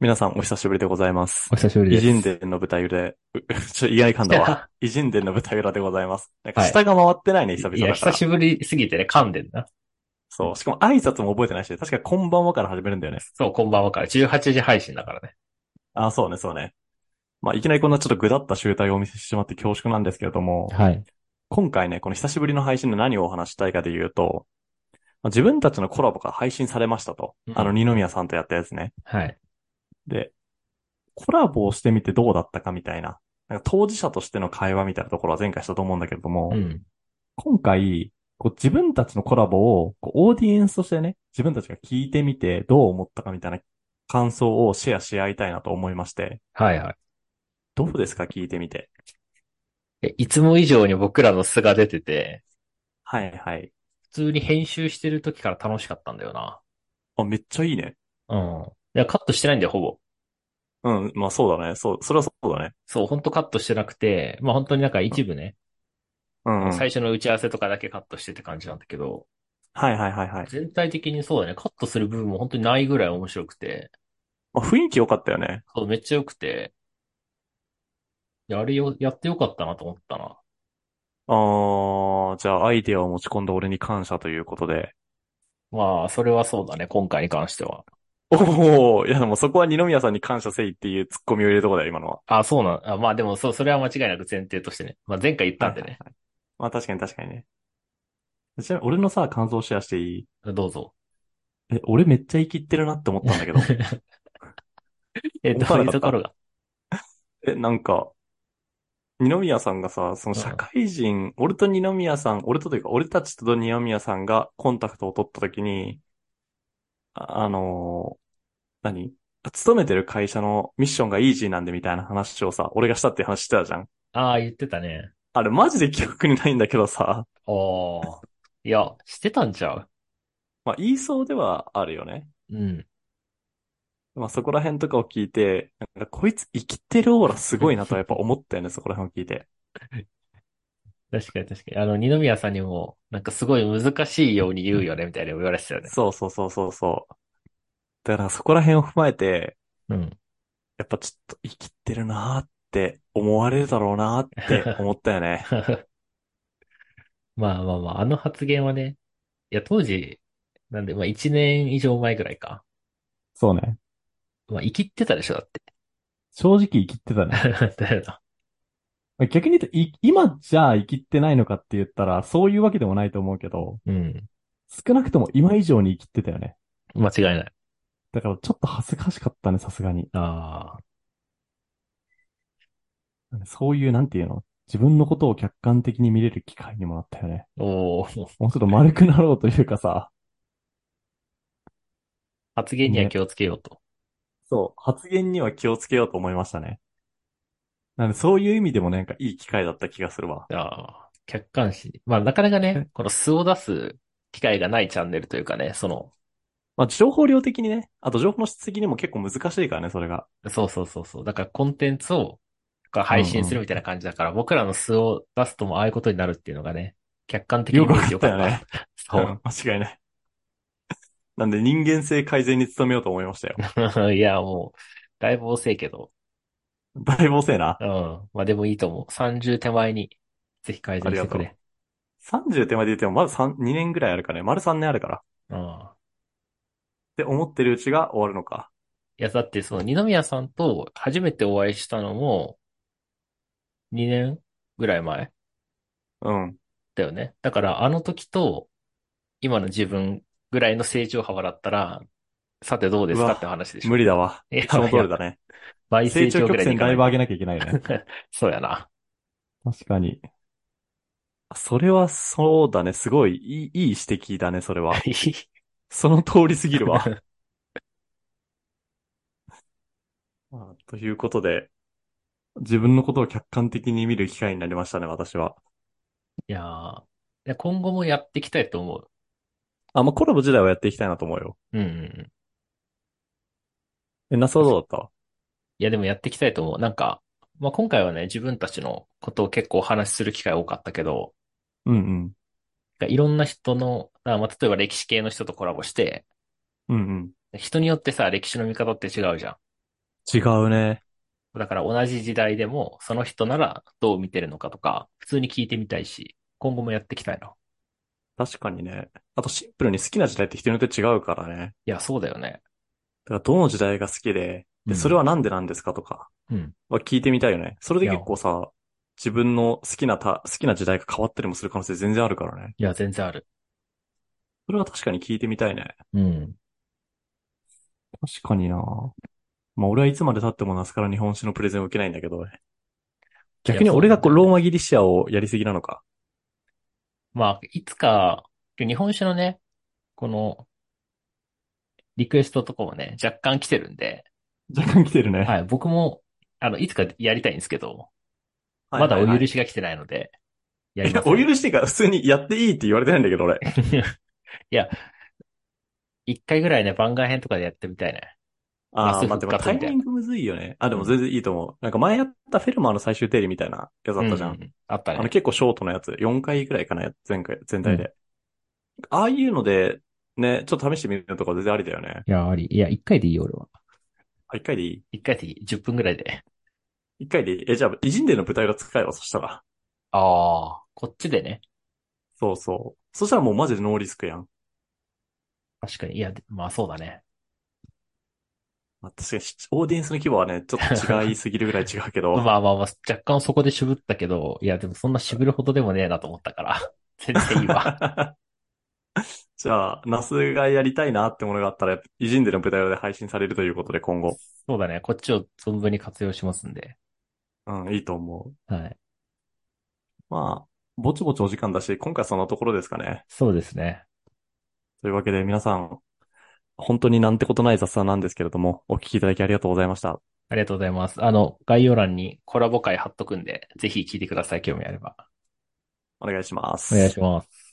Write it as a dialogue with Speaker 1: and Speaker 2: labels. Speaker 1: 皆さんお久しぶりでございます。
Speaker 2: お久しぶり
Speaker 1: 偉
Speaker 2: です。
Speaker 1: 人伝の舞台裏で、う ちょ、意外噛んだわ。偉人伝の舞台裏でございます。なんか下が回ってないね、久
Speaker 2: い
Speaker 1: 々
Speaker 2: や、
Speaker 1: だか
Speaker 2: 久
Speaker 1: ら。
Speaker 2: しぶりすぎてね、噛んでんな。
Speaker 1: そう。しかも挨拶も覚えてないし、確かこんばんはから始めるんだよね。
Speaker 2: そう、こんばんはから。18時配信だからね。
Speaker 1: あ、そうね、そうね。まあ、いきなりこんなちょっとぐだった集大をお見せしてしまって恐縮なんですけれども、
Speaker 2: はい。
Speaker 1: 今回ね、この久しぶりの配信で何をお話したいかで言うと、まあ自分たちのコラボが配信されましたと
Speaker 2: う。ん
Speaker 1: あの、二宮さんとやったやつね。
Speaker 2: はい。
Speaker 1: で、コラボをしてみてどうだったかみたいな、なんか当事者としての会話みたいなところは前回したと思うんだけれども、
Speaker 2: うん。
Speaker 1: 今回、こう自分たちのコラボをこうオーディエンスとしてね、自分たちが聞いてみてどう思ったかみたいな感想をシェアし合いたいなと思いまして、
Speaker 2: はいはい。
Speaker 1: どうですか聞いてみて。
Speaker 2: えいつも以上に僕らの素が出てて、
Speaker 1: はいはい。
Speaker 2: 普通に編集してる時から楽しかったんだよな。
Speaker 1: あ、めっちゃいいね。
Speaker 2: うん。いや、カットしてないんだよ、ほぼ。
Speaker 1: うん、まあそうだね。そう、それはそうだね。
Speaker 2: そう、ほんとカットしてなくて、まあ本当になんか一部ね、
Speaker 1: うん、うん。はい
Speaker 2: 最初の打ち合わせとかだけカットしてって感じなんだけど、
Speaker 1: はいはいはい。
Speaker 2: 全体的にそうだね、カットする部分も本当にないぐらい面白くて、
Speaker 1: まあ、雰囲気良かったよね。
Speaker 2: そう、めっちゃ良くて、いやあれよ、やってよかったなと思ったな。
Speaker 1: あー、じゃあアイデアを持ち込んだ俺に感謝ということで。
Speaker 2: まあ、それはそうだね、今回に関しては。
Speaker 1: おお、いやでもそこは二宮さんに感謝せいっていうツッコミを入れるとこだよ、今のは。
Speaker 2: あ、そうなん、あ、まあでも、そう、それは間違いなく前提としてね。まあ前回言ったんで
Speaker 1: はい
Speaker 2: ね。
Speaker 1: はいはい。まあ確かに確かにね。ちなみに俺のさ、感想シェアしていい
Speaker 2: どう ぞ。
Speaker 1: え、俺めっちゃ生きってるなって思ったんだ けど。
Speaker 2: え、どういうところが。
Speaker 1: え、なんか、二宮さんがさ、その社会人、俺と二宮さん、俺とというか、俺たちと二宮さんがコンタクトを取ったときに、あ、あのー何勤めてる会社のミッションがイージーなんでみたいな話をさ、俺がしたっていう話してたじゃん。
Speaker 2: ああ、言ってたね。
Speaker 1: あれマジで記憶にないんだけどさ、
Speaker 2: おー。いや、してたんちゃう
Speaker 1: まあ言いそうではあるよね。
Speaker 2: うん。
Speaker 1: まあそこら辺とかを聞いて、なんかこいつ生きてるオーラすごいなとはやっぱ思ったよね、そこら辺を聞いて。
Speaker 2: 確かに確かに。あの、二宮さんにも、なんかすごい難しいように言うよね、みたいな言われてたよね。
Speaker 1: そうそうそうそうそう。だからそこら辺を踏まえて、
Speaker 2: うん。
Speaker 1: やっぱちょっと生きてるなーって思われるだろうなー って思ったよね。
Speaker 2: まあまあまあ、あの発言はね、いや、当時、なんで、まあ一年以上前ぐらいか。
Speaker 1: そうね。
Speaker 2: まあ、生きってたでしょ、だって。
Speaker 1: 正直生きってたね。
Speaker 2: だよな。
Speaker 1: 逆に言うと、い今じゃあ生きってないのかって言ったら、そういうわけでもないと思うけど、
Speaker 2: うん。
Speaker 1: 少なくとも今以上に生きってたよね。
Speaker 2: 間違いない。
Speaker 1: だからちょっと恥ずかしかったね、さすがに。
Speaker 2: ああ。
Speaker 1: そういう、なんていうの自分のことを客観的に見れる機会にもなったよね。
Speaker 2: おお。
Speaker 1: もうちょっと丸くなろうというかさ、
Speaker 2: 発言には気をつけようと。
Speaker 1: そう、発言には気をつけようと思いましたね。なんでそういう意味でもなんかいい機会だった気がするわ。
Speaker 2: ああ。客観視。まあ、なかなかね、この素を出す機会がないチャンネルというかね、その、
Speaker 1: まあ、情報量的にね、あと情報の質的にも結構難しいからね、それが。
Speaker 2: そうそうそうそう。だからコンテンツを、こう配信するみたいな感じだから、僕らの素を出すともああいうことになるっていうのがね、客観的に
Speaker 1: よく
Speaker 2: 見
Speaker 1: わ
Speaker 2: れ
Speaker 1: か
Speaker 2: て
Speaker 1: ったよね。
Speaker 2: た。
Speaker 1: うん 間違いない。なんで人間性改善に努めようと思いましたよ。
Speaker 2: そう。 いや、もう、だいぶ遅いけど。
Speaker 1: だいぶ遅いな
Speaker 2: う。ん。まあ、でもいいと思う。30手前に、ぜひ改善してくれ。
Speaker 1: 30手前で言ってもまだ3、2年ぐらいあるからね。丸3年あるから。っ
Speaker 2: うん。
Speaker 1: て思ってるうちが終わるのか。
Speaker 2: いや、だってその二宮さんと初めてお会いしたのも、2年ぐらい前
Speaker 1: うん。
Speaker 2: だよね。だからあの時と、今の自分ぐらいの成長幅だったら、さてどうです
Speaker 1: う
Speaker 2: か
Speaker 1: わ
Speaker 2: って話でしょ。
Speaker 1: 無理だわ。
Speaker 2: いや
Speaker 1: その通りだね。
Speaker 2: 倍
Speaker 1: 成長
Speaker 2: 成長
Speaker 1: 曲
Speaker 2: ぐらいに
Speaker 1: 線
Speaker 2: いかな
Speaker 1: だ
Speaker 2: い
Speaker 1: いぶ上げなきゃいけないね。
Speaker 2: そうやな。
Speaker 1: 確かに。それはそうだね。すごいいい、いい指摘だね、それは。 その通りすぎる わ。まあということで、自分のことを客観的に見る機会になりましたね、私は。
Speaker 2: いやーいや今後もやっていきたいと思う。
Speaker 1: あ、まあ、コラボ自体はやっていきたいなと思うよ。
Speaker 2: うんうんうん。
Speaker 1: え、なさそうだっ
Speaker 2: いや、でもやっていきたいと思う。なんか、まあ、今回はね、自分たちのことを結構お話しする機会多かったけど、
Speaker 1: たうん
Speaker 2: いろんな人の、あまあ、例えば歴史系の人とコラボして、
Speaker 1: うん。うんうん。
Speaker 2: 人によってさ、歴史の見方って違うじゃん。
Speaker 1: 違うね。
Speaker 2: だから同じ時代でも、その人ならどう見てるのかとか、普通に聞いてみたいし、今後もやっていきたいな。
Speaker 1: 確かにね。あとシンプルに好きな時代って人によって違うからね。
Speaker 2: いや、そうだよね。
Speaker 1: だからどの時代が好きで、
Speaker 2: うん
Speaker 1: で、それはなんでなんですかとか、
Speaker 2: うん。
Speaker 1: は聞いてみたいよね。それで結構さ、自分の好きなた、好きな時代が変わったりもする可能性全然あるからね。
Speaker 2: いや、全然ある。
Speaker 1: それは確かに聞いてみたいね。
Speaker 2: うん。
Speaker 1: 確かになまあ俺はいつまで経ってもナスから日本史のプレゼンを受けないんだけどね。逆に俺がこうローマギリシアをやりすぎなのか。
Speaker 2: まあ、いつか、日本酒のね、この、リクエストとかもね、若干来てるんで、
Speaker 1: 若干来てるね。
Speaker 2: はい、僕も、あの、いつかやりたいんですけど、
Speaker 1: はい
Speaker 2: まだお許
Speaker 1: し。
Speaker 2: しが来てないので、や
Speaker 1: い
Speaker 2: り
Speaker 1: や
Speaker 2: ま、せ ん
Speaker 1: お許しっていうか普通にやっていいって言われてないんだけど 俺。
Speaker 2: いや、一回ぐらいね、番外編とかでやってみたいね。
Speaker 1: あ
Speaker 2: ま
Speaker 1: あ、
Speaker 2: あ
Speaker 1: 待って、
Speaker 2: 復活
Speaker 1: タイ
Speaker 2: みたいな
Speaker 1: ミングむずいよね。あ、でも全然いいと思う。なんか前やったフェルマーの最終定理みたいなやつあったじゃん。
Speaker 2: ううあった
Speaker 1: あの
Speaker 2: ね。
Speaker 1: 結構ショートのやつ、4回ぐらいかな、前回、全体で。ああいうので、ね、ちょっと試してみるのとか全然ありだよね。
Speaker 2: いや、あり。いや、一回でいいよ、俺は。
Speaker 1: あ、1回でいい
Speaker 2: 一回でいい。10分ぐらいで。
Speaker 1: ?1 回でいいえ、じゃあ、偉人伝の舞台裏使えば、そしたら。
Speaker 2: ああ。こっちでね。
Speaker 1: そうそう。そしたらもうマジでノーリスクやん。
Speaker 2: 確かに。いや、まあそうだね。
Speaker 1: まあ、確かに、オーディエンスの規模はね、ちょっと違いすぎるぐらい違うけど。
Speaker 2: まあまあまあ、若干そこで渋ったけど、いや、でもそんな渋るほどでもねえなと思ったから。 全然いい わ。
Speaker 1: じゃあ、ナスがやりたいなってものがあったら、偉人伝の舞台裏で配信されるということで、今後。
Speaker 2: そうだね。こっちを存分に活用しますんで。
Speaker 1: うん、いいと思
Speaker 2: はい。
Speaker 1: う。まあ、ぼちぼちお時間だし、今回はそんなところですかね。
Speaker 2: そうですね。
Speaker 1: というわけで皆さん、本当になんてことない雑談なんですけれども、お聞きいただきありがとうございました。
Speaker 2: ありがとうございます。あの、概要欄にコラボ会貼っとくんで、ぜひ聞いてください。興味あれば。
Speaker 1: お願いします。
Speaker 2: お願いします。